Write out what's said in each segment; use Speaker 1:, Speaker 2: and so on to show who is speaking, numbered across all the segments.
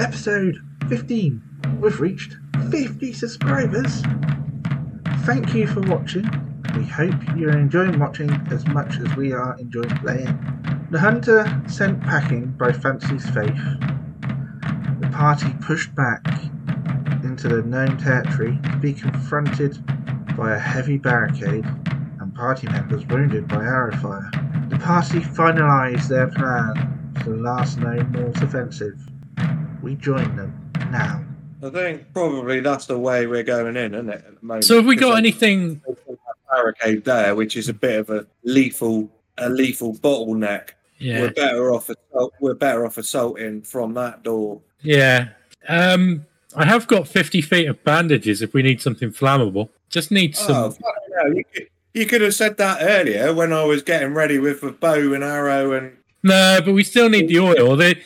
Speaker 1: episode 15. We've reached 50 subscribers. Thank you for watching. We hope you're enjoying watching as much as we are enjoying playing. The hunter sent packing by Fancy's Faith. The party pushed back into the known territory to be confronted by a heavy barricade and party members wounded by arrow fire. The party finalised their plan for the last known North offensive. We join them now.
Speaker 2: I think probably that's the way we're going in, isn't it? At the moment?
Speaker 3: So have we got
Speaker 2: Because
Speaker 3: anything?
Speaker 2: there's a Barricade there, which is a bit of a lethal, a lethal bottleneck.
Speaker 3: Yeah,
Speaker 2: We're better off. assault- We're better off assaulting from that door.
Speaker 3: yeah. Um, I have got fifty feet of bandages if we need something flammable. Just need some.
Speaker 2: Oh, fucking hell, you, could, you could have said that earlier when I was getting ready with the bow and arrow and
Speaker 3: No, but we still need the oil. The,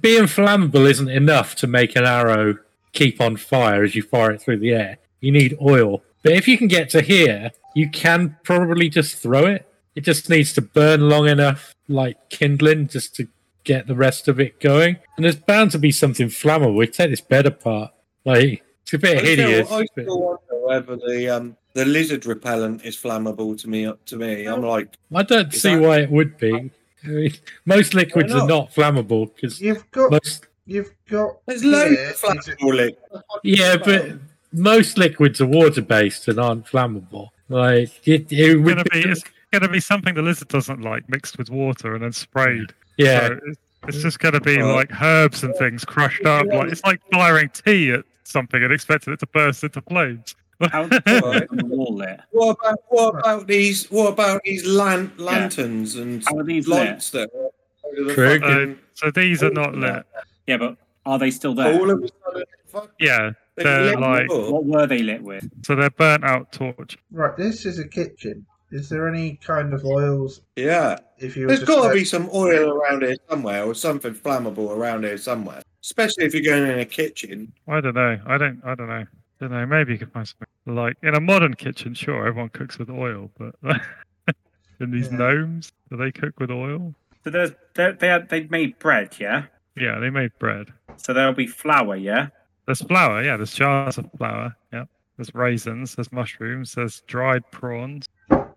Speaker 3: being flammable isn't enough to make an arrow keep on fire as you fire it through the air. You need oil. But if you can get to here, you can probably just throw it. It just needs to burn long enough, like kindling, just to get the rest of it going. And there's bound to be something flammable. We take this bed apart. Like it's a bit
Speaker 2: I still-
Speaker 3: hideous.
Speaker 2: I
Speaker 3: but-
Speaker 2: still wonder whether the um, the lizard repellent is flammable to me. To me, I'm like,
Speaker 3: I don't
Speaker 2: Is
Speaker 3: see
Speaker 2: that-
Speaker 3: why it would be. I mean, most liquids are
Speaker 2: not?
Speaker 3: not flammable because
Speaker 1: You've got.
Speaker 3: most
Speaker 1: You've got.
Speaker 2: there's loads
Speaker 1: here
Speaker 2: of
Speaker 1: is a-
Speaker 2: flammable liquid.
Speaker 3: Yeah, but most liquids are water based and aren't flammable. Like it, it
Speaker 4: It's gonna
Speaker 3: would
Speaker 4: be it's gonna be something the lizard doesn't like mixed with water and then sprayed.
Speaker 3: yeah,
Speaker 4: So it's, it's just gonna be
Speaker 2: Right.
Speaker 4: like herbs and things crushed up. Like it's like firing tea at something and expecting it to burst into flames.
Speaker 5: Outside on the wall there.
Speaker 2: What about what about these what about these lan- lanterns and
Speaker 5: How are these lit?
Speaker 2: lights that are over the
Speaker 3: True.
Speaker 2: fucking-
Speaker 4: Um, so these are not lit.
Speaker 5: Yeah, but are they still there?
Speaker 2: all of a sudden fuck,
Speaker 4: Yeah.
Speaker 2: they
Speaker 4: They're
Speaker 2: lit
Speaker 4: like-
Speaker 2: up.
Speaker 5: What were they lit with?
Speaker 4: So they're burnt out torch.
Speaker 1: Right, this is a kitchen. Is there any kind of oils
Speaker 2: Yeah.
Speaker 1: if you were
Speaker 2: There's
Speaker 1: to
Speaker 2: gotta
Speaker 1: say-
Speaker 2: be some oil around here somewhere or something flammable around here somewhere. Especially if you're going in a kitchen.
Speaker 4: I don't know. I don't I don't know. Don't know. Maybe you could find something like in a modern kitchen. Sure, everyone cooks with oil, but in these
Speaker 1: Yeah.
Speaker 4: gnomes, do they cook with oil?
Speaker 5: So there's they they had- they made bread, yeah.
Speaker 4: Yeah, they made bread.
Speaker 5: So there'll be flour, yeah.
Speaker 4: There's flour, yeah. There's jars of flour, yeah. There's raisins, there's mushrooms, there's dried prawns.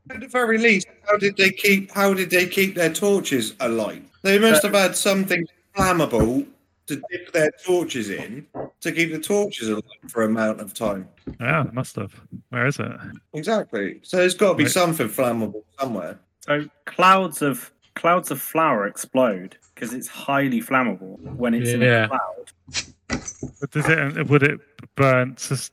Speaker 2: At the very least, how did they keep how did they keep their torches alight? They must have had something flammable to dip their torches in to keep the torches alight for an amount of time.
Speaker 4: Yeah, it must have. Where is it?
Speaker 2: Exactly. So there's got to be
Speaker 4: Right.
Speaker 2: something flammable somewhere.
Speaker 5: So clouds of clouds of flour explode because it's highly flammable when it's in
Speaker 3: Yeah.
Speaker 5: a cloud.
Speaker 4: But does it? Would it burn? sus-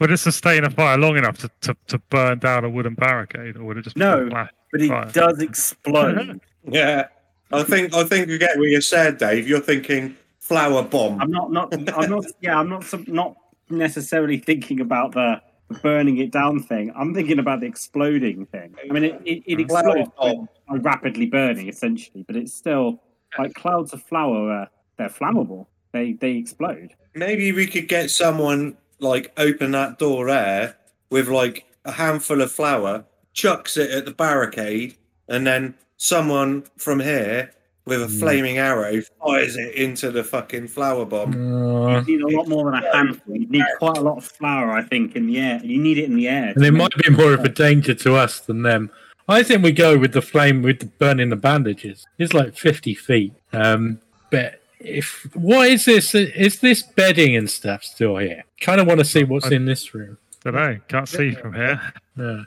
Speaker 4: Would it sustain a fire long enough to, to, to burn down a wooden barricade, or would it just
Speaker 5: No.
Speaker 4: flash?
Speaker 5: But it
Speaker 4: Right.
Speaker 5: does explode.
Speaker 2: Yeah, I think I think we get what you said, Dave. You're thinking flower bomb.
Speaker 5: I'm not not I'm not yeah I'm not some- not necessarily thinking about the burning it down thing. I'm thinking about the exploding thing. I mean, it it, it
Speaker 2: Flower
Speaker 5: explodes
Speaker 2: bomb.
Speaker 5: by rapidly burning essentially, but it's still like clouds of flour. Uh, they're flammable. They they explode.
Speaker 2: Maybe we could get someone like open that door there with like a handful of flour, chucks it at the barricade, and then someone from here with a
Speaker 3: Hmm.
Speaker 2: flaming arrow fires it into the fucking flower bomb.
Speaker 3: Uh,
Speaker 5: You need a lot more than a handful. You need quite a lot of flour, I think, in the air. You need it in the air.
Speaker 3: and
Speaker 5: to
Speaker 3: it
Speaker 5: make-
Speaker 3: might be more of a danger to us than them. I think we go with the flame with the burning the bandages. It's like fifty feet. Um, but if what is this? Is this bedding and stuff still here? Kind of want to see what's in this room. Oh,
Speaker 4: Don't know. Can't see from here.
Speaker 3: Yeah.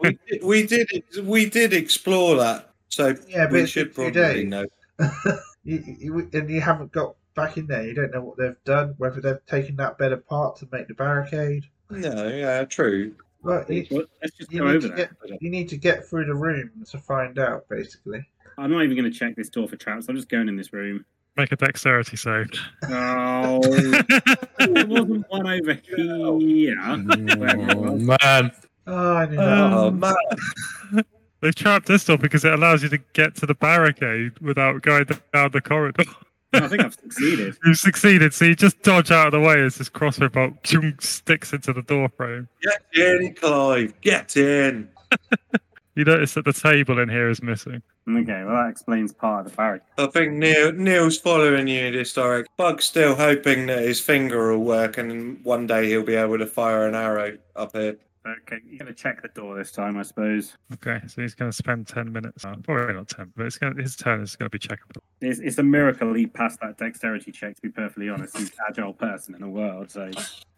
Speaker 2: we, did, we did we did explore that, so
Speaker 1: Yeah, but
Speaker 2: we
Speaker 1: it's
Speaker 2: should
Speaker 1: two
Speaker 2: probably
Speaker 1: days.
Speaker 2: know.
Speaker 1: you, you, and you haven't got back in there. You don't know what they've done, whether they've taken that bed apart to make the barricade.
Speaker 2: No, yeah, true.
Speaker 1: Well, you,
Speaker 5: Well, Let's just
Speaker 1: you
Speaker 5: go
Speaker 1: need
Speaker 5: over
Speaker 1: to
Speaker 5: that.
Speaker 2: uh,
Speaker 1: you need to get through the room to find out, basically.
Speaker 5: I'm not even going to check this door for traps. I'm just going in this room.
Speaker 4: Make a dexterity save.
Speaker 5: Oh, there wasn't one over here.
Speaker 3: Oh, man,
Speaker 1: Oh, I knew that.
Speaker 2: Oh
Speaker 4: Um,
Speaker 2: man,
Speaker 4: They've trapped this door because it allows you to get to the barricade without going down the corridor.
Speaker 5: I think I've succeeded.
Speaker 4: You've succeeded, so you just dodge out of the way as this crossbow bolt chung, sticks into the door frame.
Speaker 2: get in, Clive. Get in.
Speaker 4: You notice that the table in here is missing.
Speaker 5: Okay, well that explains part of the barrack.
Speaker 2: I think Neil Neil's following you in this direct. Bug's still hoping that his finger will work, and one day he'll be able to fire an arrow up here.
Speaker 5: Okay, you're gonna check the door this time, I suppose.
Speaker 4: Okay, so he's going to spend 10 minutes. Now. Probably not 10, but it's gonna, his turn is going to be checkable.
Speaker 5: It's, it's a miracle he passed that dexterity check. To be perfectly honest, he's an agile person in the world. So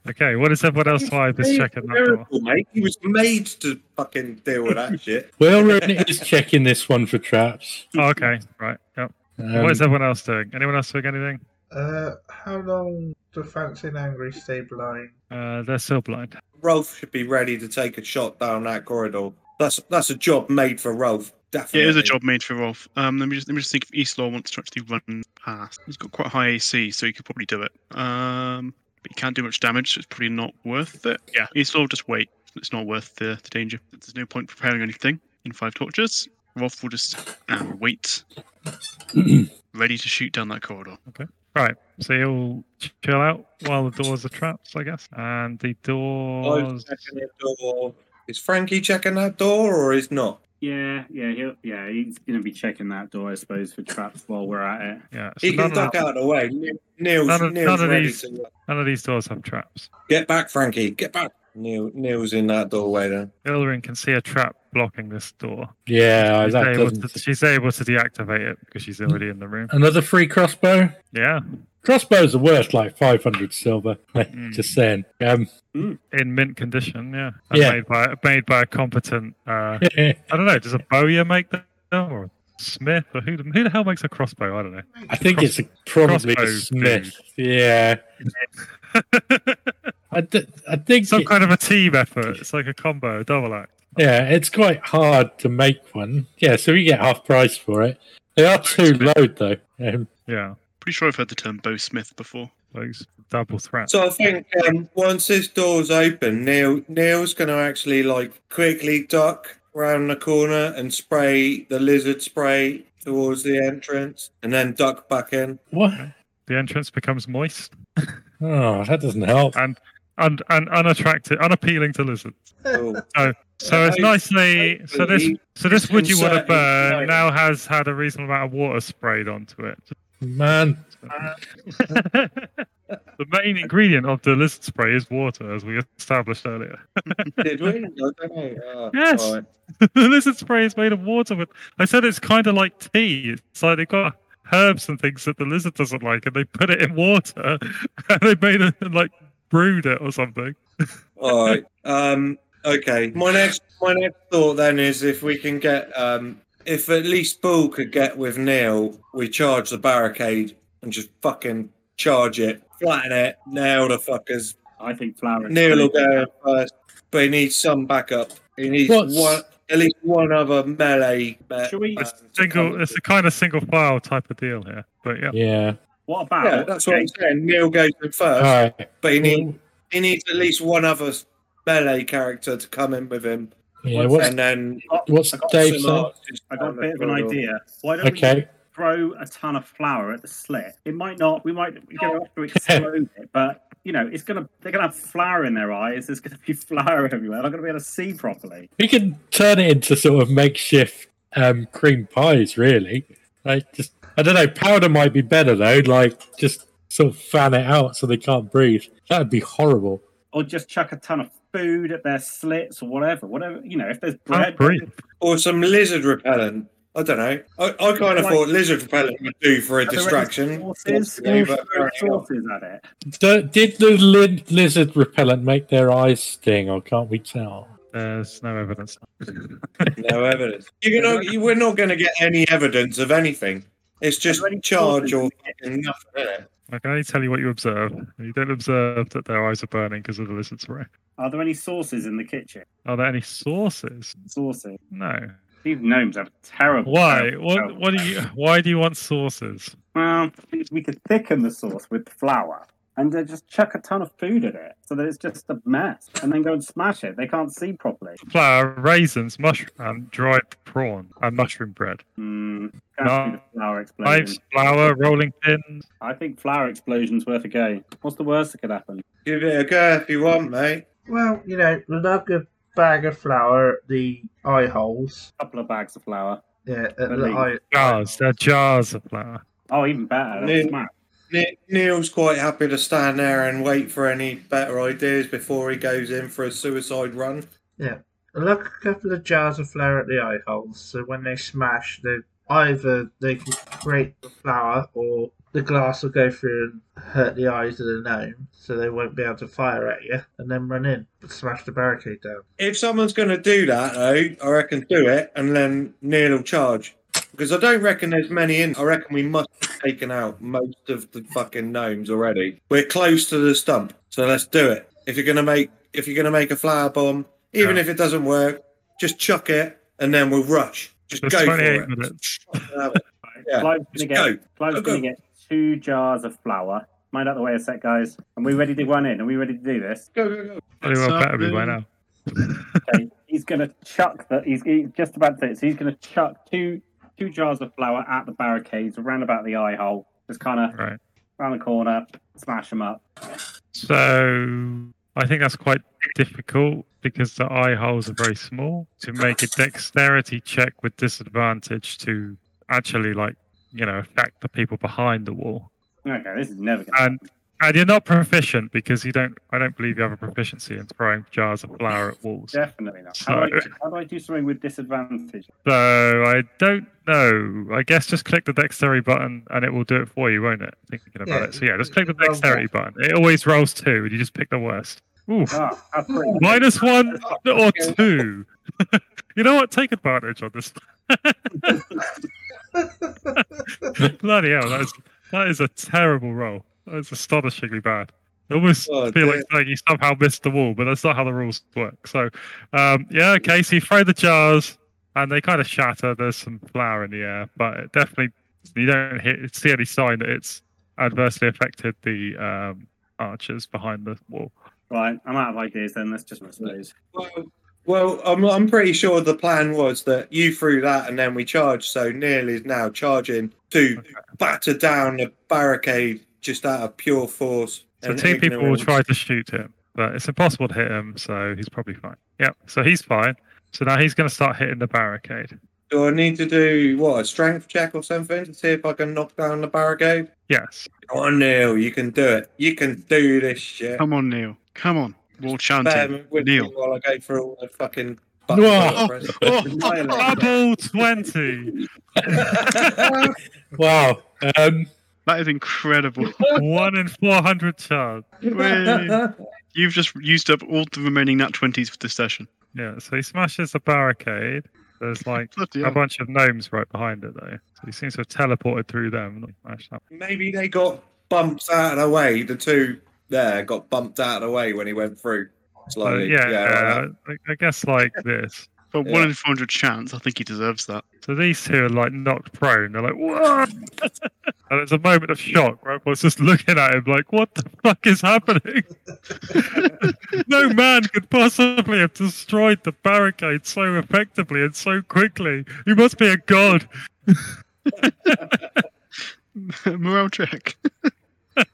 Speaker 4: Okay, what is everyone else vibe is checking that door?
Speaker 2: Miracle, mate. He was made to fucking deal with that shit.
Speaker 3: Well, Ronan is checking this one for traps.
Speaker 4: Oh, okay, right. Yep.
Speaker 3: Um,
Speaker 4: what is everyone else doing? Anyone else doing anything?
Speaker 1: Uh, how long do Fancy and Angry stay blind?
Speaker 4: Uh, they're still blind.
Speaker 2: Rolf should be ready to take a shot down that corridor. That's that's a job made for Rolf. Definitely.
Speaker 6: Yeah, it is a job made for Rolf. Um, let me just let me just think if Eastlaw wants to actually run past. He's got quite high AC, so he could probably do it. Um, but he can't do much damage, so it's probably not worth it. Yeah, Eastlaw just wait. It's not worth the, the danger. There's no point preparing anything in five torches. Rolf will just um, wait, ready to shoot down that corridor.
Speaker 4: Right, so you'll chill out while the doors are traps, I guess. And the doors.
Speaker 2: Rolf's checking the door. Is Frankie checking that door or is not?
Speaker 5: yeah, yeah, he'll, yeah, he's gonna be checking that door, I suppose, for traps while we're at it.
Speaker 4: Yeah, so
Speaker 2: He
Speaker 4: none,
Speaker 2: can
Speaker 4: of,
Speaker 2: duck out of the way. Neil- Neil's,
Speaker 4: none of-
Speaker 2: Neil's
Speaker 4: none of
Speaker 2: ready
Speaker 4: these-
Speaker 2: to
Speaker 4: none of these doors have traps.
Speaker 2: get back, Frankie. Get back. Neil, Neil's in that doorway then.
Speaker 4: Ilrin can see a trap blocking this door.
Speaker 3: yeah,
Speaker 4: She's
Speaker 3: that
Speaker 4: able,
Speaker 3: doesn't.
Speaker 4: to, she's able to deactivate it because she's already in the room.
Speaker 3: Another free crossbow.
Speaker 4: Yeah,
Speaker 3: Crossbows are worth like 500 silver.
Speaker 4: Mm.
Speaker 3: Just saying. Um,
Speaker 4: in mint condition. Yeah, And
Speaker 3: Yeah.
Speaker 4: Made by made by a competent. Uh, I don't know. Does a bowyer make them or a smith or who? the- Who the hell makes a crossbow? I don't
Speaker 3: I think it's a, probably a
Speaker 4: crossbow
Speaker 3: smith. Yeah.
Speaker 4: know.
Speaker 3: I, th- I think
Speaker 4: Some
Speaker 3: it-
Speaker 4: kind of a team effort. It's like a combo, a double act.
Speaker 3: yeah, it's quite hard to make one. Yeah, so we get half price for it. They are too low though. Um,
Speaker 4: Yeah,
Speaker 6: Pretty sure I've heard the term bow smith before.
Speaker 4: like s- double threat.
Speaker 2: So I think um, once this door's open, Neil Neil's going to actually like quickly duck round the corner and spray the lizard spray towards the entrance, and then duck back in.
Speaker 3: what?
Speaker 4: the entrance becomes moist
Speaker 3: Oh, that doesn't help.
Speaker 4: Uh, and and unattractive, unappealing to lizards.
Speaker 2: Cool.
Speaker 4: So it's
Speaker 2: Hopefully-
Speaker 4: nicely. So this
Speaker 2: hopefully
Speaker 4: so this
Speaker 2: it's
Speaker 4: would you want to
Speaker 2: concerning
Speaker 4: burn
Speaker 2: tonight.
Speaker 4: now has had a reasonable amount of water sprayed onto it.
Speaker 3: Man,
Speaker 4: the main ingredient of the lizard spray is water, as we established earlier.
Speaker 2: Did we? I don't know. Ah,
Speaker 4: Yes.
Speaker 2: all right.
Speaker 4: the lizard spray is made of water. But I said it's kind of like tea. It's like they've got herbs and things that the lizard doesn't like, and they put it in water, and they made it like brewed it or something.
Speaker 2: All right. Um, okay. My next my next thought then is if we can get um, if at least Bull could get with Neil, we charge the barricade and just fucking charge it, flatten it, nail the fuckers.
Speaker 5: I think Flower.
Speaker 2: Neil will go first, but he needs some backup. He needs
Speaker 3: What's-
Speaker 2: one, at least one other melee. ma-
Speaker 5: Should we- uh,
Speaker 2: man
Speaker 4: It's
Speaker 2: to
Speaker 4: single.
Speaker 2: cover
Speaker 4: It's
Speaker 2: it.
Speaker 4: a kind of single file type of deal here. But yeah,
Speaker 3: yeah.
Speaker 5: What about?
Speaker 2: Yeah, that's what I'm
Speaker 5: okay,
Speaker 2: saying. Neil goes in
Speaker 3: All
Speaker 2: first,
Speaker 3: right.
Speaker 2: but he needs
Speaker 3: Well,
Speaker 2: he needs at least one other s- melee character to come in with him,
Speaker 3: yeah. What's
Speaker 2: and then
Speaker 3: what's
Speaker 5: I got
Speaker 2: some uh,
Speaker 3: Dave saying?
Speaker 2: archers
Speaker 5: I got a
Speaker 2: down the
Speaker 5: bit of an
Speaker 2: corridor.
Speaker 5: idea. Why don't we
Speaker 3: Okay.
Speaker 5: throw a ton of flour at the slit. It might not. We might we're going to have to explode it, but you know, it's gonna. They're gonna have flour in their eyes. There's gonna be flour everywhere. They're not gonna be able to see properly.
Speaker 3: We can turn it into sort of makeshift um, cream pies, really. Like just, I don't know. Powder might be better though. Like just sort of fan it out so they can't breathe. That would be horrible.
Speaker 5: Or just chuck a ton of food at their slits or whatever. Whatever you know, if there's bread,
Speaker 4: can't breathe.
Speaker 2: or some lizard repellent. I don't know. I, I kind of
Speaker 5: Like-
Speaker 2: thought lizard repellent would do for a
Speaker 5: are there any
Speaker 2: distraction.
Speaker 5: Sauces,
Speaker 2: Yeah,
Speaker 5: Throw
Speaker 2: but apparently not.
Speaker 5: sauces at it.
Speaker 3: Do, did the li- lizard repellent make their eyes sting, or can't we tell?
Speaker 4: There's no evidence.
Speaker 2: No evidence. You're not, you, we're not going to get any evidence of anything. It's just
Speaker 5: there any
Speaker 2: charge
Speaker 5: sources
Speaker 2: or
Speaker 5: we get?
Speaker 2: fucking nothing. innit?
Speaker 4: I can only tell you what you observe. You don't observe that their eyes are burning because of the lizard spray.
Speaker 5: Are there any sauces in the kitchen?
Speaker 4: Are there any sources?
Speaker 5: Sauces.
Speaker 4: No.
Speaker 5: These gnomes have terrible.
Speaker 4: Why?
Speaker 5: terrible-
Speaker 4: What?
Speaker 5: terrible
Speaker 4: What do you? Why do you want sources?
Speaker 5: Well, we could thicken the sauce with flour and then just chuck a ton of food at it so that it's just a mess and then go and smash it. They can't see properly.
Speaker 4: Flour, raisins, mushroom, and dried prawn and mushroom bread.
Speaker 5: Mm,
Speaker 4: No.
Speaker 5: the flour
Speaker 2: Mm.
Speaker 5: explosion.
Speaker 4: Knives, flour, rolling pins.
Speaker 5: I think flour explosion's worth a go. What's the worst that could happen?
Speaker 2: Give it a go if you want, mate.
Speaker 1: Well, you know, the lack of bag of flour at the eye holes.
Speaker 5: couple of bags of flour.
Speaker 1: Yeah, at
Speaker 5: At
Speaker 1: the
Speaker 5: least.
Speaker 1: eye.
Speaker 4: Jars, they're jars of flour.
Speaker 5: Oh, even better. That's
Speaker 2: Yeah.
Speaker 5: smart.
Speaker 2: Ne- Neil's quite happy to stand there and wait for any better ideas before he goes in for a suicide run.
Speaker 1: Look a couple of jars of flour at the eye holes. So when they smash, they either they can create the flour or the glass will go through and hurt the eyes of the gnome, so they won't be able to fire at you, and then run in, smash the barricade down.
Speaker 2: If someone's going to do that, though, I reckon do it, and then Neil will charge. Because I don't reckon there's many in. I reckon we must have taken out most of the fucking gnomes already. We're close to the stump, so let's do it. If you're going to make, if you're going to make a flower bomb, even
Speaker 4: Yeah.
Speaker 2: if it doesn't work, just chuck it, and then we'll rush. Just
Speaker 4: There's
Speaker 2: go for
Speaker 4: 28
Speaker 2: it.
Speaker 4: minutes.
Speaker 2: Yeah,
Speaker 5: Clive's
Speaker 2: just
Speaker 5: gonna get
Speaker 2: go.
Speaker 5: Clive's
Speaker 2: Go,
Speaker 5: gonna
Speaker 2: go.
Speaker 5: get two jars of flour. Mind out the way a sec, guys. And we ready to run in? Are we ready to do this?
Speaker 2: Go go go!
Speaker 4: Anyone
Speaker 6: What's
Speaker 4: better be by
Speaker 6: happening?
Speaker 4: now.
Speaker 5: Okay. he's gonna chuck that. He's, he's just about to. So he's gonna chuck two two jars of flour at the barricades, around about the eye hole. Just kind of
Speaker 4: Right.
Speaker 5: round the corner, smash them up.
Speaker 4: So I think that's quite difficult because the eye holes are very small. To make a dexterity check with disadvantage to actually like, you know, affect the people behind the wall.
Speaker 5: Okay, this is never gonna.
Speaker 4: And and you're not proficient because you don't I don't believe you have a proficiency in throwing jars of flour at walls.
Speaker 5: Definitely not. How do, I,
Speaker 4: So-
Speaker 5: how do I do something with disadvantage?
Speaker 4: So I don't know. I guess just click the dexterity button and it will do it for you, won't it? Thinking about
Speaker 1: Yeah,
Speaker 4: it. So yeah, just click the
Speaker 1: it rolls
Speaker 4: dexterity button. It always rolls two and you just pick the worst. Ooh.
Speaker 5: Oh, that's pretty good.
Speaker 4: Minus one or two. you know what? Take advantage on this. Bloody hell, that is, that is a terrible roll. That is astonishingly bad. I almost
Speaker 2: Oh,
Speaker 4: feel
Speaker 2: dear.
Speaker 4: like saying you somehow missed the wall, but that's not how the rules work. So, um, yeah, okay, so you throw the jars and they kind of shatter. There's some flour in the air, but it definitely, you don't hit, see any sign that it's adversely affected the um, archers behind the wall.
Speaker 5: Right, I'm out of ideas. Then let's just lose.
Speaker 2: Well, well, I'm I'm pretty sure the plan was that you threw that and then we charged. So Neil is now charging to batter down the barricade just out of pure force.
Speaker 4: So
Speaker 2: and
Speaker 4: two people will
Speaker 2: ignorance.
Speaker 4: try to shoot him, but it's impossible to hit him, so he's probably fine. Yep, so he's fine. So now he's going to start hitting the barricade.
Speaker 2: Do I need to do what a strength check or something to see if I can knock down the barricade?
Speaker 4: Yes.
Speaker 2: Come on, Neil, you can do it. You can do this shit.
Speaker 6: Come on, Neil. Come on. We're all
Speaker 2: Bear
Speaker 6: chanting.
Speaker 2: with me
Speaker 6: Neil.
Speaker 2: while I go through all the fucking.
Speaker 3: Whoa.
Speaker 2: buttons.
Speaker 4: Double 20.
Speaker 3: Wow. Um,
Speaker 6: That is incredible.
Speaker 4: One in 400 chance.
Speaker 6: Whey. You've just used up all the remaining nat 20s for this session.
Speaker 4: Yeah, so he smashes the barricade. There's like
Speaker 6: Bloody
Speaker 4: a
Speaker 6: hell.
Speaker 4: bunch of gnomes right behind it, though. So he seems to have teleported through them. Not smashed up.
Speaker 2: Maybe they got bumped out of the way. The two there got bumped out of the way when he went through.
Speaker 4: So,
Speaker 2: Slightly.
Speaker 4: yeah, uh,
Speaker 2: like
Speaker 4: yeah I, I guess like this.
Speaker 6: But
Speaker 2: Yeah.
Speaker 6: 1 in 400 chance, I think he deserves that.
Speaker 4: So these two are like knocked prone. They're like, what? and it's a moment of shock. Right? was just looking at him like, what the fuck is happening? no man could possibly have destroyed the barricade so effectively and so quickly. You must be a god.
Speaker 6: Morale check.
Speaker 4: Uh,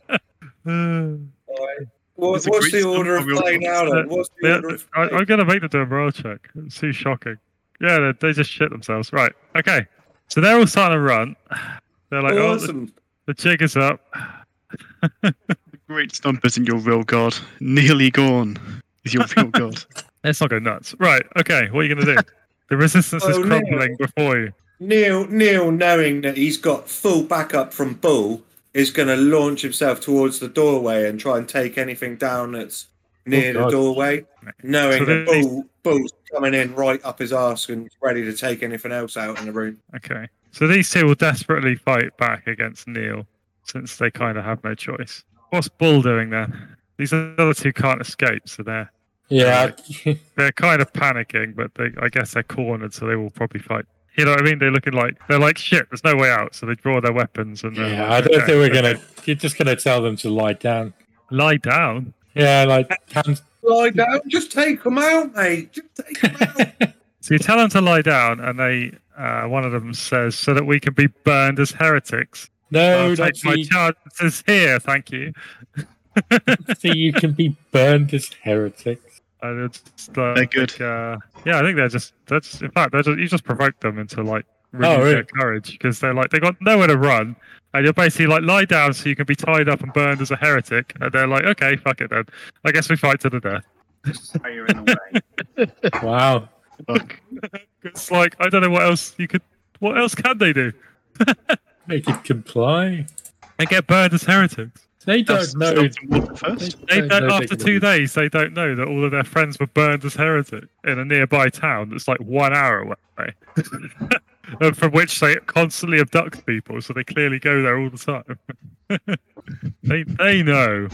Speaker 2: that. Alright. What,
Speaker 6: It's a
Speaker 2: what's
Speaker 6: great
Speaker 2: the order of
Speaker 6: stump of
Speaker 2: play
Speaker 6: your-
Speaker 2: now? Then? What's the
Speaker 4: yeah,
Speaker 2: order of
Speaker 4: I,
Speaker 2: play?
Speaker 4: I'm going to make them do a morale check. It's too shocking. Yeah, they, they just shit themselves. Right. Okay. So they're all starting to run. They're like, oh, the,
Speaker 2: awesome.
Speaker 4: the jig is up.
Speaker 6: Great stumpers in your real god. Nearly gone is your real god.
Speaker 4: Let's not go nuts. Right. Okay. What are you going to do? the resistance is
Speaker 2: Oh, no.
Speaker 4: crumbling before you.
Speaker 2: Neil, Neil, knowing that he's got full backup from Bull, is going to launch himself towards the doorway and try and take anything down that's near the
Speaker 3: God.
Speaker 2: doorway, knowing
Speaker 4: Oh, So
Speaker 2: that
Speaker 4: they-
Speaker 2: Bull, Bull's coming in right up his arse and ready to take anything else out in the room.
Speaker 4: Okay. So these two will desperately fight back against Neil since they kind of have no choice. What's Bull doing then? These other two can't escape, so they're
Speaker 3: yeah.
Speaker 4: they're kind of panicking, but they, I guess they're cornered, so they will probably fight. You know what I mean? They're looking like they're like shit. There's no way out, so they draw their weapons and they're
Speaker 3: Yeah. I
Speaker 4: like,
Speaker 3: don't
Speaker 4: "Okay,
Speaker 3: think we're
Speaker 4: okay."
Speaker 3: gonna. You're just gonna tell them to lie down.
Speaker 4: lie down.
Speaker 3: Yeah, like hands.
Speaker 2: Lie down, just take them out, mate. Just take them out.
Speaker 4: So you tell them to lie down, and they uh, one of them says, "So that we can be burned as heretics."
Speaker 3: No,
Speaker 4: I'll
Speaker 3: not
Speaker 4: take my
Speaker 3: so you,
Speaker 4: chances here, thank you.
Speaker 3: so you can be burned as heretics.
Speaker 4: And it's just, uh,
Speaker 6: They're
Speaker 4: I think, uh, yeah, I think they're just they're just in fact they're just you just provoked them into like
Speaker 3: Oh,
Speaker 4: renewed
Speaker 3: really?
Speaker 4: their courage because they're like they got nowhere to run, and you're basically like lie down so you can be tied up and burned as a heretic, and they're like, okay, fuck it then, I guess we fight to the death.
Speaker 5: Throw you in the way.
Speaker 3: Wow.
Speaker 6: Fuck.
Speaker 4: It's like I don't know what else you could what else can they do?
Speaker 3: They could comply.
Speaker 4: They get burned as heretics.
Speaker 3: They don't
Speaker 6: That's
Speaker 3: know.
Speaker 6: something water
Speaker 3: They
Speaker 6: first.
Speaker 4: They
Speaker 3: don't
Speaker 4: don't,
Speaker 3: know
Speaker 4: after
Speaker 3: they
Speaker 4: two
Speaker 3: can-
Speaker 4: days, they don't know that all of their friends were burned as heretics in a nearby town that's like one hour away, and from which they constantly abduct people. So they clearly go there all the time. they they know.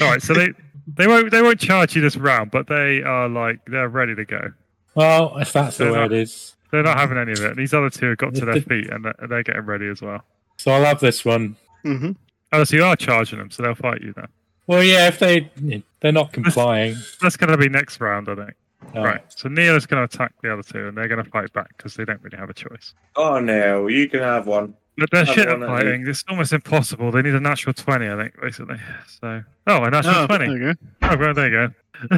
Speaker 4: All right, so they they won't they won't charge you this round, but they are like they're ready to go.
Speaker 3: Well, if that's the
Speaker 4: They're
Speaker 3: way it
Speaker 4: not-
Speaker 3: is.
Speaker 4: They're not having any of it. And these other two have got to their feet and they're, they're getting ready as well.
Speaker 3: So I'll have this one.
Speaker 6: Mm-hmm.
Speaker 4: Oh, so you are charging them, so they'll fight you then.
Speaker 3: Well, yeah, if they they're not complying. uh,
Speaker 4: That's going to be next round, I think.
Speaker 3: No.
Speaker 4: Right. Um, So Neo's going to attack the other two, and they're going to fight back because they don't really have a choice.
Speaker 2: Oh no, you can have one.
Speaker 4: But they're
Speaker 2: Other
Speaker 4: shit at
Speaker 2: one, I
Speaker 4: fighting. It's almost impossible. They need a natural twenty, I think, basically. So oh, a natural
Speaker 6: Ah,
Speaker 4: twenty.
Speaker 6: there you go.
Speaker 4: Oh, well, there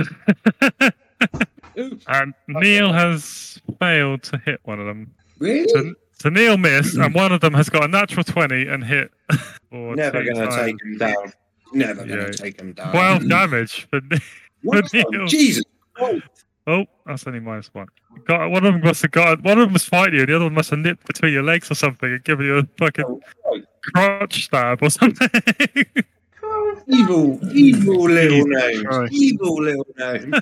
Speaker 4: you go. and Neil has failed to hit one of them.
Speaker 2: Really?
Speaker 4: So, so Neil missed, and one of them has got a natural twenty and hit. Or
Speaker 2: Never
Speaker 4: two
Speaker 2: gonna
Speaker 4: times.
Speaker 2: take him down. Never gonna
Speaker 4: Yeah.
Speaker 2: take him down.
Speaker 4: Twelve damage for Neil.
Speaker 2: What?
Speaker 4: Neil.
Speaker 2: Jesus. Christ.
Speaker 4: Oh, that's only minus one. God, one of them must have got. One of them was fighting you, and the other one must have nipped between your legs or something and given you a fucking
Speaker 2: Oh, right.
Speaker 4: crotch stab or something.
Speaker 2: Evil, evil little
Speaker 6: Jesus
Speaker 2: name.
Speaker 6: Christ.
Speaker 2: Evil little name.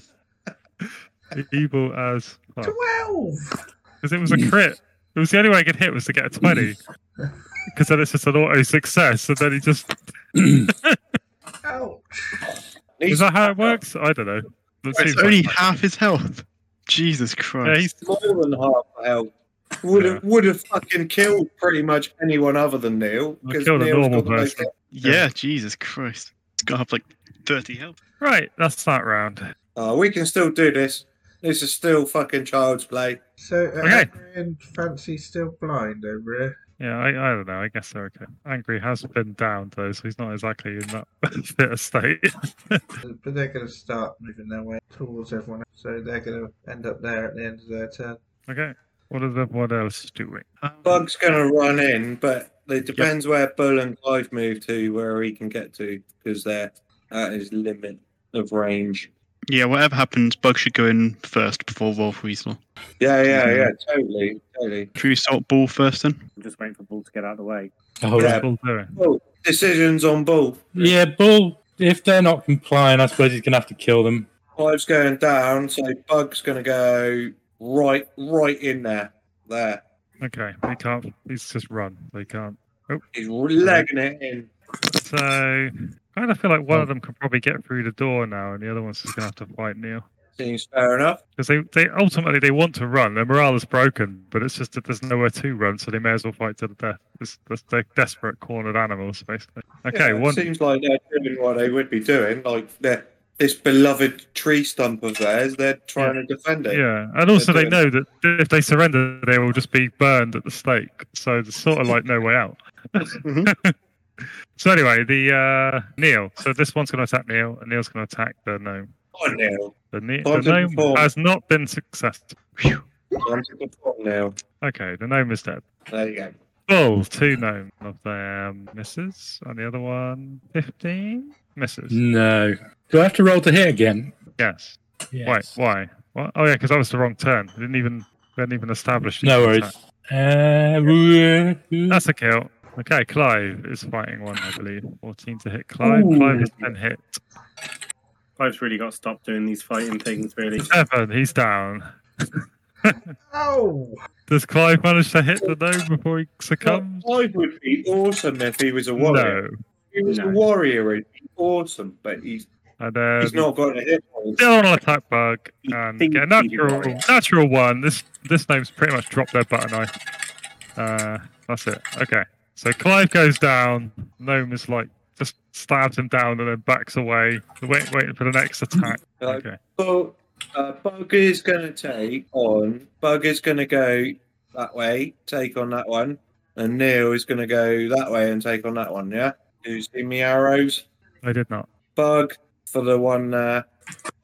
Speaker 4: Evil as because
Speaker 1: 12!
Speaker 4: it was a crit. It was the only way I could hit was to get a twenty. Because then it's just an auto success, and then he just—is
Speaker 1: Ouch!
Speaker 4: that how it works? I don't know. That
Speaker 6: It's
Speaker 4: seems
Speaker 6: only
Speaker 4: like-
Speaker 6: half his health. Jesus
Speaker 4: yeah,
Speaker 6: Christ.
Speaker 4: he's,
Speaker 2: More than half health. Would have would have fucking killed pretty much anyone other than Neil.
Speaker 4: I
Speaker 2: 'cause
Speaker 4: killed a
Speaker 2: Neil's
Speaker 4: normal
Speaker 2: got the most-
Speaker 4: person.
Speaker 6: Yeah, Jesus Christ. He's got to have like 30 health.
Speaker 4: right, that's that round.
Speaker 2: Oh, we can still do this. This is still fucking child's play.
Speaker 1: So, uh,
Speaker 4: Okay.
Speaker 1: and Fancy still blind over here.
Speaker 4: Yeah, I, I don't know. I guess they're okay. Angry has been downed though, so he's not exactly in that fit of state.
Speaker 1: But they're going to start moving their way towards everyone. else. So they're going to end up there at the end of their turn.
Speaker 4: Okay. What is everyone else doing?
Speaker 2: Bug's gonna run in, but it depends where Bull and Clive move to, where he can get to, because they're at his limit of range.
Speaker 6: Yeah, whatever happens, Bug should go in first before Wolf Weasel.
Speaker 2: Yeah, yeah,
Speaker 4: Mm-hmm.
Speaker 6: Mhm.
Speaker 2: yeah, totally, totally.
Speaker 6: Should we salt Ball first then?
Speaker 5: I'm just waiting for Bull to get out of the way.
Speaker 3: Oh,
Speaker 2: Yeah.
Speaker 3: right.
Speaker 4: Bull doing?
Speaker 2: Bull, decisions on Bull.
Speaker 3: Yeah, Bull. If they're not complying, I suppose he's gonna have to kill them.
Speaker 2: Clive's going down, so Bug's gonna go right, right in there. There,
Speaker 4: Okay, they can't. He's just run. They can't.
Speaker 2: he's legging it in.
Speaker 4: So, I kind of feel like one of them can probably get through the door now, and the other one's just gonna have to fight Neil
Speaker 2: Seems fair enough.
Speaker 4: because they, they ultimately they want to run. Their morale is broken, but it's just that there's nowhere to run, so they may as well fight to the death. It's, it's, they're desperate, cornered animals, basically. Okay,
Speaker 2: Yeah, it
Speaker 4: one.
Speaker 2: seems like they're doing what they would be doing, like they're, this beloved tree stump of theirs. They're trying to defend it.
Speaker 4: Yeah, and also they
Speaker 2: They're
Speaker 4: know that if they surrender, they will just be burned at the stake. So there's sort of like no way out. so anyway, the uh, Neil. So this one's going to attack Neil, and Neil's going to attack the gnome.
Speaker 2: Come on now,
Speaker 4: The, ne- the
Speaker 2: Five and
Speaker 4: gnome
Speaker 2: four.
Speaker 4: has not been successful.
Speaker 2: time to perform now.
Speaker 4: Okay, the gnome is dead.
Speaker 2: There you go.
Speaker 4: Bull, two gnome of them misses, and the other one 15 misses.
Speaker 3: No. Do I have to roll to hit again?
Speaker 4: Yes.
Speaker 3: Yes.
Speaker 4: Why? Why? What? Oh yeah, because that was the wrong turn. We didn't even we didn't even establish. the
Speaker 3: No worries.
Speaker 4: attack.
Speaker 3: Uh,
Speaker 4: That's a kill. Okay, Clive is fighting one, I believe. 14 to hit Clive. Clive has been hit.
Speaker 5: Clive's really got to stop doing these fighting things, really.
Speaker 4: Seven, he's down.
Speaker 1: Oh!
Speaker 4: Does Clive manage to hit the gnome before he succumbs?
Speaker 2: Clive would be awesome if he was a warrior.
Speaker 4: No.
Speaker 2: If he was a
Speaker 5: No.
Speaker 2: warrior, he'd be awesome, but he's
Speaker 4: And then
Speaker 2: he's not got a hit point.
Speaker 4: still on attack bug and
Speaker 5: Think
Speaker 4: get a
Speaker 5: he's a
Speaker 4: natural
Speaker 5: warrior.
Speaker 4: natural one. This this name's pretty much dropped their butter knife. Uh, that's it. Okay. So Clive goes down. Gnome is like just stabs him down and then backs away. Wait, waiting for the next attack.
Speaker 2: Uh,
Speaker 4: Okay.
Speaker 2: But uh, Bug is going to take on. Bug is going to go that way, take on that one, and Neil is going to go that way and take on that one. Yeah, do you see me arrows?
Speaker 4: I did not.
Speaker 2: Bug for the one uh,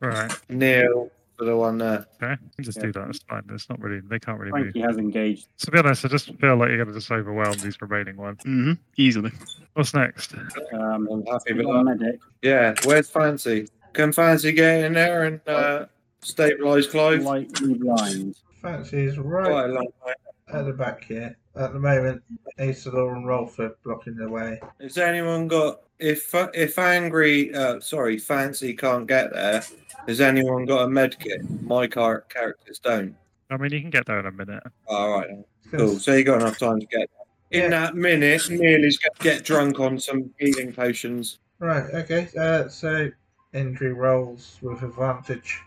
Speaker 4: Right.
Speaker 2: Neil for the one uh, there.
Speaker 4: Okay. You can just
Speaker 5: Yeah.
Speaker 4: do that. It's fine. It's not really. They can't really.
Speaker 5: Frankie
Speaker 4: Be.
Speaker 5: has engaged.
Speaker 4: To be honest, I just feel like you're gonna just overwhelm these remaining ones.
Speaker 6: Mm-hmm. Easily.
Speaker 4: What's next?
Speaker 5: Um,
Speaker 2: I'm happy
Speaker 5: we've
Speaker 2: with
Speaker 5: got a
Speaker 2: that.
Speaker 5: medic.
Speaker 2: Yeah, where's Fancy? Can Fancy get in there and uh, stabilise Clive?
Speaker 5: Lightly blind.
Speaker 1: Fancy is
Speaker 2: Quite
Speaker 1: right
Speaker 2: a long way.
Speaker 1: at the back here. At the moment, Asador and Rolf are blocking the way.
Speaker 2: Has anyone got if if angry? Uh, sorry, Fancy can't get there. Has anyone got a med kit? My car- characters don't.
Speaker 4: I mean, you can get there in a minute.
Speaker 2: All right, cool. So you got enough time to get. There. In that minute, Neely's going to get drunk on some healing potions.
Speaker 1: Right, okay. Uh, so, injury rolls with advantage.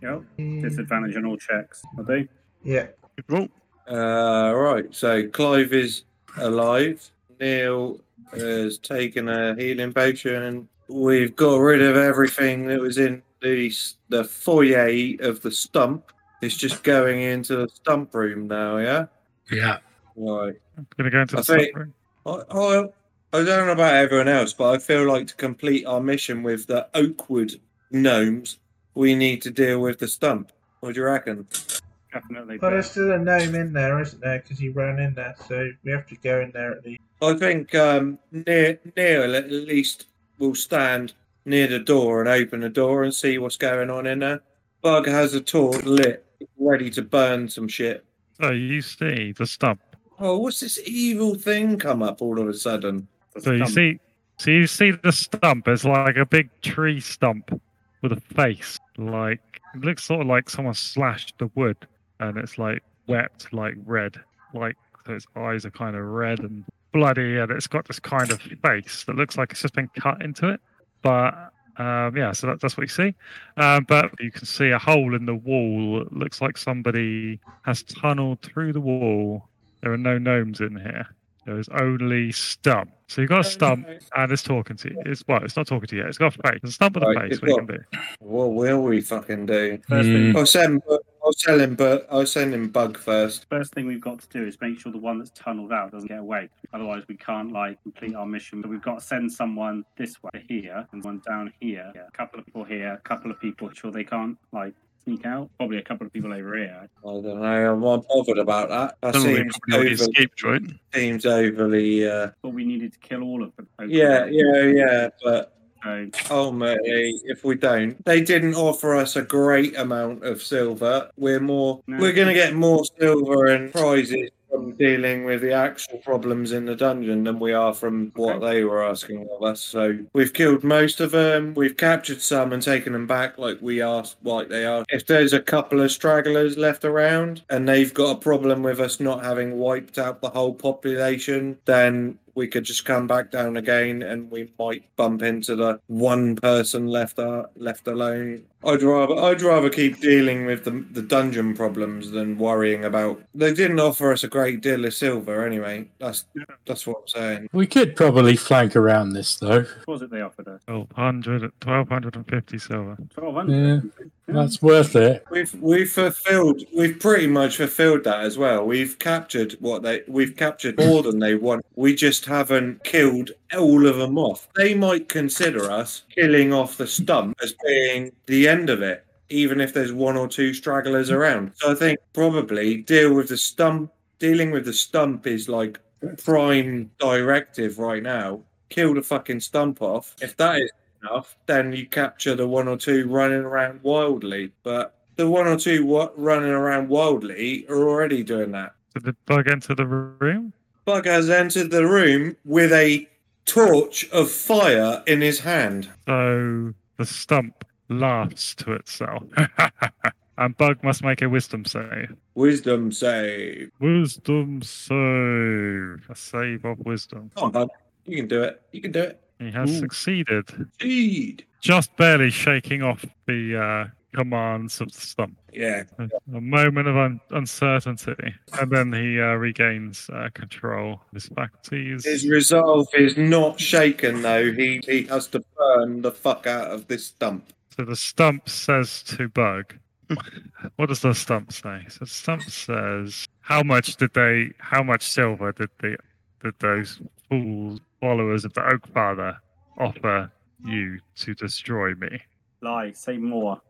Speaker 5: Yep.
Speaker 1: Mm,
Speaker 5: Disadvantage on all checks. I do.
Speaker 1: Yeah,
Speaker 6: Good roll.
Speaker 2: Uh, right. So Clive is alive. Neil has taken a healing potion, and we've got rid of everything that was in the s- the foyer of the stump. It's just going into the stump room now. Yeah.
Speaker 3: Yeah.
Speaker 2: Right.
Speaker 4: I'm gonna go into
Speaker 2: I
Speaker 4: the
Speaker 2: think-
Speaker 4: sub room.
Speaker 2: I, I I don't know about everyone else, but I feel like to complete our mission with the Oakwood gnomes, we need to deal with the stump. What do you reckon?
Speaker 5: Definitely.
Speaker 1: but there's still a gnome in there, isn't there? Because he ran in there, so we have to go in there at least.
Speaker 2: I think um, near Neil at least will stand near the door and open the door and see what's going on in there. Bug has a torch lit, ready to burn some shit.
Speaker 4: So Oh, you see the stump.
Speaker 2: Oh, what's this evil thing come up all of a sudden?
Speaker 4: So you see, so you see the stump. It's like a big tree stump with a face. Like it looks sort of like someone slashed the wood, and it's like wept like red. Like so its eyes are kind of red and bloody, and it's got this kind of face that looks like it's just been cut into it. But um, yeah, so that, that's what you see. Um, but you can see a hole in the wall. It looks like somebody has tunneled through the wall. There are no gnomes in here. There is only stump. So you've got a stump and it's talking to you. It's well, it's not talking to you. yet. It's got a face. It's a stump with a
Speaker 2: Right,
Speaker 4: face.
Speaker 2: it's
Speaker 4: What you can
Speaker 2: got-
Speaker 4: do?
Speaker 2: What will we fucking do?
Speaker 5: First
Speaker 3: Mm.
Speaker 5: thing,
Speaker 2: I'll send, Bu- I'll send him, but I'll send him Bug first.
Speaker 5: first thing we've got to do is make sure the one that's tunneled out doesn't get away. Otherwise, we can't like complete our mission. So we've got to send someone this way here and one down here. A couple of people here. A couple of people. Sure, they can't like sneak out. Probably a couple of people over here.
Speaker 2: I don't know. I'm not bothered about that. That
Speaker 6: Some of them
Speaker 2: seems,
Speaker 6: probably already
Speaker 2: over,
Speaker 6: escaped, right?
Speaker 2: seems overly. Uh,
Speaker 5: But we needed to kill all of them.
Speaker 2: yeah, yeah, yeah. But
Speaker 5: So
Speaker 2: Ultimately, Oh, if we don't, they didn't offer us a great amount of silver. We're more,
Speaker 5: No.
Speaker 2: we're going to get more silver and prizes from dealing with the actual problems in the dungeon than we are from what they were asking of us. So we've killed most of them. We've captured some and taken them back, like we asked, like they are. If there's a couple of stragglers left around and they've got a problem with us not having wiped out the whole population, then we could just come back down again and we might bump into the one person left uh, left alone. I'd rather I'd rather keep dealing with the the dungeon problems than worrying about. They didn't offer us a great deal of silver anyway. That's that's what I'm saying.
Speaker 3: We could probably flank around this though.
Speaker 5: what was it they offered us?
Speaker 4: 1200, 1250 silver.
Speaker 5: Twelve
Speaker 3: Yeah.
Speaker 5: hundred.
Speaker 3: That's worth it.
Speaker 2: We've we've fulfilled we've pretty much fulfilled that as well. We've captured what they we've captured more than they want. We just haven't killed all of them off. They might consider us killing off the stump as being the end of it, even if there's one or two stragglers around. So I think probably deal with the stump dealing with the stump is like prime directive right now. Kill the fucking stump off. If that is enough, then you capture the one or two running around wildly. But the one or two wa- running around wildly are already doing that.
Speaker 4: Did the bug enter the room?
Speaker 2: Bug has entered the room with a torch of fire in his hand.
Speaker 4: So Oh, the stump laughs to itself. and bug must make a wisdom save.
Speaker 2: Wisdom save.
Speaker 4: Wisdom save. A save of wisdom.
Speaker 2: Come on, Bug. You can do it. You can do it.
Speaker 4: He has
Speaker 6: Ooh.
Speaker 4: succeeded.
Speaker 2: Indeed.
Speaker 4: Just barely shaking off the uh, commands of the stump.
Speaker 2: Yeah.
Speaker 4: A a moment of un- uncertainty, and then he uh, regains uh, control of his faculties.
Speaker 2: His resolve is not shaken though. He he has to burn the fuck out of this stump.
Speaker 4: So the stump says to Bug, "What does the stump say?" So the stump says, "How much did they? How much silver did the did those fools followers of the Oak Father offer you to destroy me?"
Speaker 5: Lie. Say more.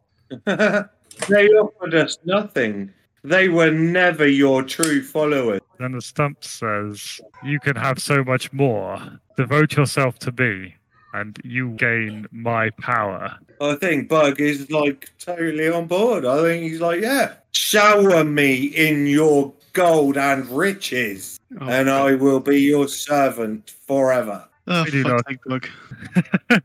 Speaker 2: they offered us nothing. They were never your true followers.
Speaker 4: Then the stump says, You can have so much more. Devote yourself to me, and you gain my power.
Speaker 2: I think Bug is like totally on board. I think he's like, yeah, shower me in your gold and riches,
Speaker 6: Oh,
Speaker 2: and I will be your servant forever.
Speaker 6: oh,
Speaker 4: I do
Speaker 6: fuck's
Speaker 4: not-
Speaker 6: sake, Bug.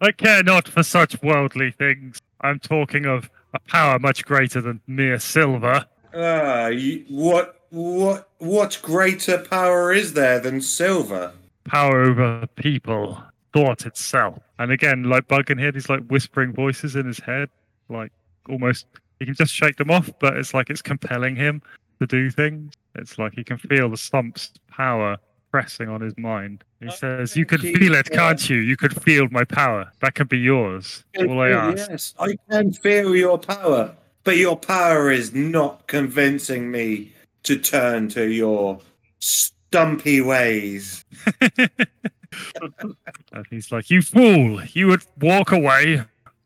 Speaker 4: I care not for such worldly things. I'm talking of a power much greater than mere silver.
Speaker 2: Ah, you, what, what, what greater power is there than silver?
Speaker 4: Power over people, thought itself. And again, like Bug in here, these like whispering voices in his head, like almost he can just shake them off, but it's like it's compelling him to do things. It's like he can feel the stump's power pressing on his mind.
Speaker 2: Uh,
Speaker 4: He says, You can feel it, can't you? You can feel my power. That can be yours. All I ask.
Speaker 2: Yes, I can feel your power, but your power is not convincing me to turn to your stumpy ways.
Speaker 4: And he's like, You fool! You would walk away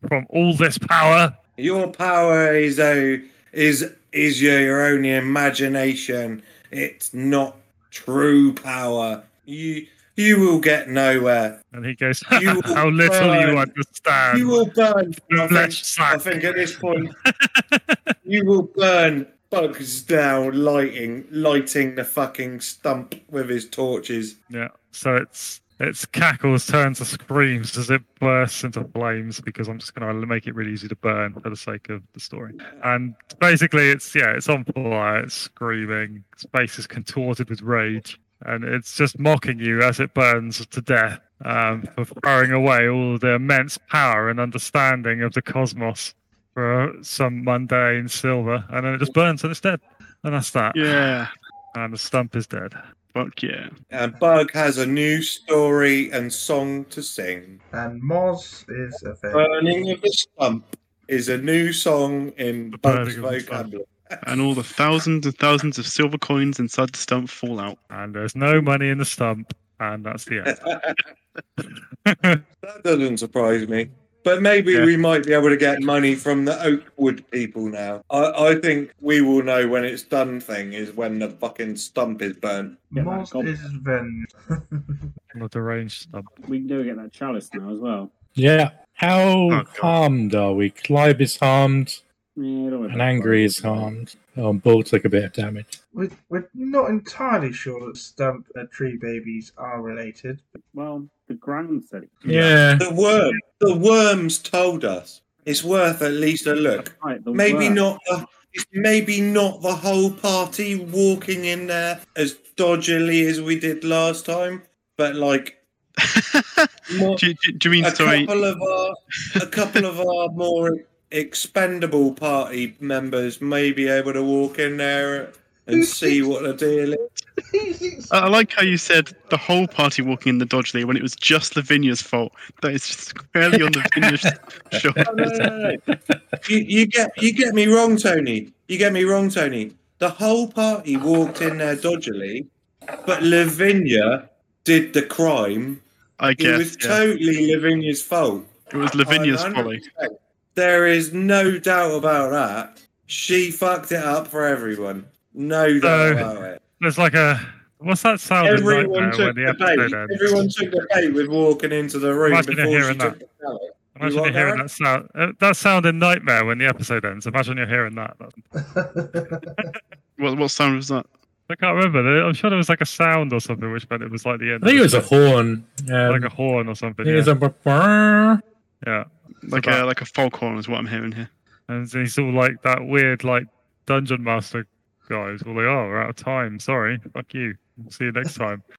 Speaker 4: from all this power.
Speaker 2: Your power is a, is is your only imagination. It's not true power. You you will get nowhere.
Speaker 4: And he goes,
Speaker 2: You
Speaker 4: How little
Speaker 2: burn.
Speaker 4: you understand.
Speaker 2: You will burn. I think,
Speaker 4: Flesh
Speaker 2: I
Speaker 4: sack.
Speaker 2: think at this point, you will burn bugs down, lighting lighting the fucking stump with his torches.
Speaker 4: Yeah. So it's it's cackles turns to screams as it bursts into flames because I'm just going to make it really easy to burn for the sake of the story. And basically, it's yeah, it's on fire, it's screaming, space is contorted with rage, and it's just mocking you as it burns to death um, for throwing away all the immense power and understanding of the cosmos for some mundane silver, and then it just burns and it's dead, and that's that.
Speaker 6: Yeah.
Speaker 4: And the stump is dead.
Speaker 6: Fuck yeah.
Speaker 2: And Bug has a new story and song to sing.
Speaker 1: And Moz is a very
Speaker 5: Uh,
Speaker 2: Burning of the Stump is a new song in
Speaker 4: The
Speaker 2: Bug's
Speaker 4: Burning of the Stump.
Speaker 2: vocabulary.
Speaker 6: And all the thousands and thousands of silver coins inside the stump fall out.
Speaker 4: and there's no money in the stump, and that's the end.
Speaker 2: That doesn't surprise me. But maybe
Speaker 6: Yeah.
Speaker 2: we might be able to get money from the Oakwood people now. I, I think we will know when it's done thing is when the fucking stump is burnt.
Speaker 5: Yeah,
Speaker 1: Moz
Speaker 5: man,
Speaker 1: is very
Speaker 4: Not deranged stump.
Speaker 5: We can go get that chalice now as well.
Speaker 3: Yeah. How
Speaker 6: God.
Speaker 3: harmed are we? Clive is harmed,
Speaker 5: Yeah, don't worry
Speaker 3: and
Speaker 5: about it.
Speaker 3: Angry is harmed. Oh, and Bull took a bit of damage.
Speaker 1: We're, we're not entirely sure that stump and tree babies are related.
Speaker 5: Well, the ground said it.
Speaker 3: Yeah.
Speaker 2: The worm, the worms told us it's worth at least a look.
Speaker 5: Right, the
Speaker 2: Maybe
Speaker 5: worm.
Speaker 2: not. The, it's maybe not the whole party walking in there as dodgily as we did last time, but like more,
Speaker 6: do, you- do, you- do you mean
Speaker 2: a
Speaker 6: sorry?
Speaker 2: couple of our a couple of our more expendable party members may be able to walk in there and see what the deal is.
Speaker 6: I I like how you said the whole party walking in the dodgely when it was just Lavinia's fault. That is squarely on Lavinia's shoulders.
Speaker 2: You, you get you get me wrong, Tony. You get me wrong, Tony. The whole party walked in there dodgily, but Lavinia did the crime.
Speaker 6: I
Speaker 2: It was
Speaker 6: guess yeah.
Speaker 2: totally Lavinia's fault.
Speaker 6: it was Lavinia's
Speaker 2: I'm
Speaker 6: folly.
Speaker 2: 100%. There is no doubt about that. She fucked it up for everyone. No doubt
Speaker 4: No.
Speaker 2: about it.
Speaker 4: There's like a what's that sound in
Speaker 2: Everyone
Speaker 4: nightmare
Speaker 2: took
Speaker 4: when
Speaker 2: the,
Speaker 4: the episode
Speaker 2: bait.
Speaker 4: ends?
Speaker 2: Everyone took the bait with walking into the room
Speaker 4: Imagine
Speaker 2: before she
Speaker 4: hearing
Speaker 2: took the ballot.
Speaker 4: Imagine
Speaker 2: want
Speaker 4: you're hearing
Speaker 2: that?
Speaker 4: that sound. uh, That sound in nightmare when the episode ends. Imagine you're hearing that. That's-
Speaker 6: What what sound was that?
Speaker 4: I can't remember. There- I'm sure there was like a sound or something, which meant it was like the end.
Speaker 3: I think it
Speaker 4: of
Speaker 3: was a horn.
Speaker 4: the-
Speaker 3: Um,
Speaker 4: like a horn or something.
Speaker 3: I think it
Speaker 4: Yeah.
Speaker 3: was a brr- brr.
Speaker 4: yeah.
Speaker 6: Like
Speaker 4: about-
Speaker 6: a like a foghorn is what I'm hearing here.
Speaker 4: And he's all like that weird like dungeon master guys. All like, oh, we're out of time. Sorry. Fuck you. See you next time.